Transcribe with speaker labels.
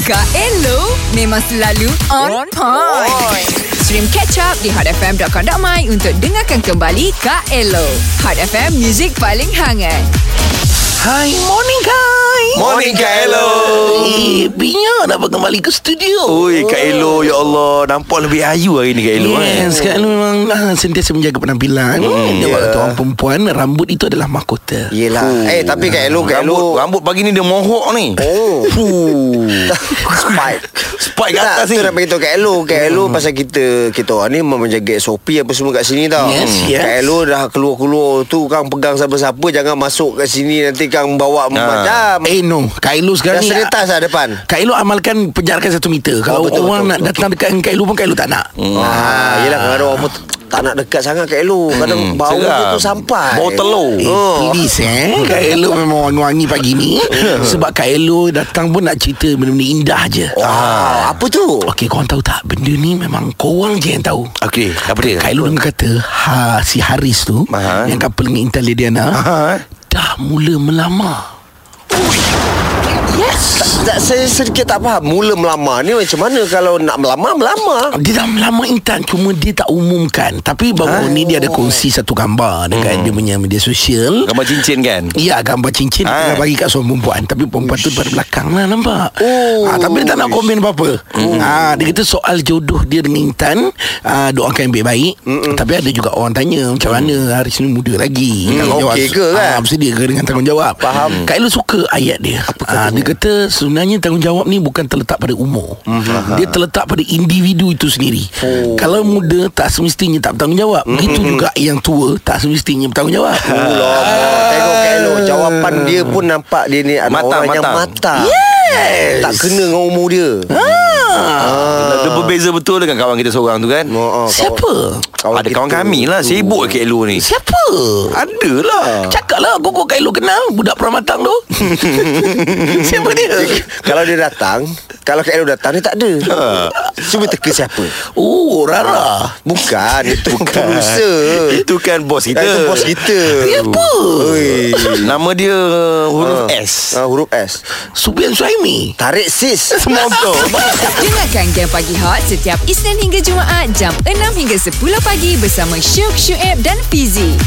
Speaker 1: Kak Elo memang selalu on point. Stream catch up di hotfm.com.my untuk dengarkan kembali Kak Elo. Hot FM, music paling hangat.
Speaker 2: Hai, morning guys.
Speaker 3: Morning, Kak Elo.
Speaker 2: Eh, Bia dapat kembali ke studio. Oh.
Speaker 3: Oi, Kak Elo, ya Allah. Nampak lebih ayu hari ni, Kak Elo.
Speaker 2: Yes,
Speaker 3: eh.
Speaker 2: sekarang memang lah, sentiasa menjaga penampilan. Hmm, yeah.
Speaker 4: ya.
Speaker 2: Waktu orang perempuan, rambut itu adalah mahkota.
Speaker 4: Yelah
Speaker 3: Fuh.
Speaker 4: Eh tapi Kak Elo Kak
Speaker 3: Rambut,
Speaker 4: Elo
Speaker 3: rambut pagi ni dia mohok ni.
Speaker 4: Oh
Speaker 3: Fuh.
Speaker 4: Spike
Speaker 3: Spike kat atas
Speaker 4: Tak,
Speaker 3: ni.
Speaker 4: tu nak beritahu Kak Elo Kak Elo
Speaker 2: Hmm.
Speaker 4: pasal kita Kita orang ni memang jaga SOP apa semua kat sini tau
Speaker 2: Yes,
Speaker 4: Hmm.
Speaker 2: yes.
Speaker 4: Kak Elo dah keluar-keluar tu Kang pegang siapa-siapa Jangan masuk kat sini Nanti Kang
Speaker 3: Ah.
Speaker 4: bawa Ah, macam
Speaker 2: Eh no, Kailu
Speaker 4: Dah
Speaker 2: sekarang ni
Speaker 4: seretas lah depan
Speaker 2: Kailu amalkan penjarakan satu meter. Kalau
Speaker 4: Oh, betul,
Speaker 2: orang
Speaker 4: betul,
Speaker 2: nak datang dekat dengan Kailu pun Kailu tak nak.
Speaker 4: Ah, yelah kadang-kadang orang pun tak nak dekat sangat
Speaker 2: Hmm,
Speaker 4: Kak Elo Kadang bau dia
Speaker 3: seram.
Speaker 4: tu sampai
Speaker 3: Bau telur.
Speaker 2: Eh,
Speaker 4: Oh.
Speaker 2: please eh Kak Elo memang wangi-wangi pagi ni
Speaker 4: Hmm.
Speaker 2: Sebab Kak Elo datang pun nak cerita benda-benda indah je
Speaker 4: Ah, apa tu?
Speaker 2: Okey korang tahu tak Benda ni memang korang je yang tahu
Speaker 3: Okey, apa dia?
Speaker 2: Kak Elok dengar kata ha, Si Haris tu
Speaker 3: Aha.
Speaker 2: Yang couple dengan Intan Lidiana
Speaker 3: Aha.
Speaker 2: Dah mula melamar Yes
Speaker 4: Tak, saya sedikit tak faham Mula melamar ni macam mana Kalau nak melamar, melamar
Speaker 2: dia dah melamar Intan Cuma dia tak umumkan Tapi baru ni dia ada kongsi satu gambar Dekat dia punya media sosial
Speaker 3: Oh. Hmm. Gambar cincin kan?
Speaker 2: Ya gambar cincin
Speaker 3: Ah.
Speaker 2: ha. Tengah bagi kat seorang perempuan Tapi perempuan tu pada belakang lah nampak
Speaker 4: Oh. Hmm.
Speaker 2: ha, Tapi dia tak nak komen apa-apa ha, Dia kata soal jodoh dia dengan Intan ha, Doakan yang baik-baik Tapi ada juga orang tanya Macam mana Haris ni muda lagi Tanggungjawab-
Speaker 4: Mm. okey ke kan?
Speaker 2: ha, Bersedia ke dengan tanggungjawab
Speaker 4: Faham.
Speaker 2: Kak Ella suka ayat dia ha, Dia kata sebenarnya tanggungjawab ni Bukan terletak pada umur
Speaker 4: Mm-hmm.
Speaker 2: Dia terletak pada individu itu sendiri oh. Kalau muda tak semestinya tak bertanggungjawab Begitu
Speaker 4: Mm-hmm.
Speaker 2: juga yang tua Tak semestinya bertanggungjawab
Speaker 4: Alamak lah, Tengok Kak Elo Jawapan dia pun nampak Dia ni ada
Speaker 3: Matang,
Speaker 4: orang yang
Speaker 3: matang.
Speaker 4: matang yes. Tak kena dengan umur dia
Speaker 3: Dia berbeza betul dengan kawan kita seorang tu kan?
Speaker 4: Ah. oh,
Speaker 2: Siapa?
Speaker 4: kawan
Speaker 3: Ada
Speaker 4: kita.
Speaker 3: kawan kami lah Sibuk Kak Elo ni
Speaker 2: Siapa?
Speaker 3: Ada lah
Speaker 4: Ah.
Speaker 2: Cakap lah Koko Kailu kenal Budak Pramatang tu Siapa dia?
Speaker 4: Kalau dia datang Kalau Kak Elo datang Dia tak ada Ha. Cuba teka siapa
Speaker 2: Oh Rara
Speaker 4: Ha. Bukan Itu producer
Speaker 3: Itu kan bos kita
Speaker 4: Eh, Itu bos kita
Speaker 2: Siapa?
Speaker 3: Oh.
Speaker 4: Oi.
Speaker 3: Nama dia uh, huruf
Speaker 4: Ah.
Speaker 3: S
Speaker 4: Ah, Huruf S
Speaker 2: Supian Suhaimi
Speaker 4: Tarik sis
Speaker 1: Dengarkan Game Pagi Hot setiap Isnin hingga Jumaat jam 6 hingga 10 pagi bersama Syuk, Syuib dan Fizi.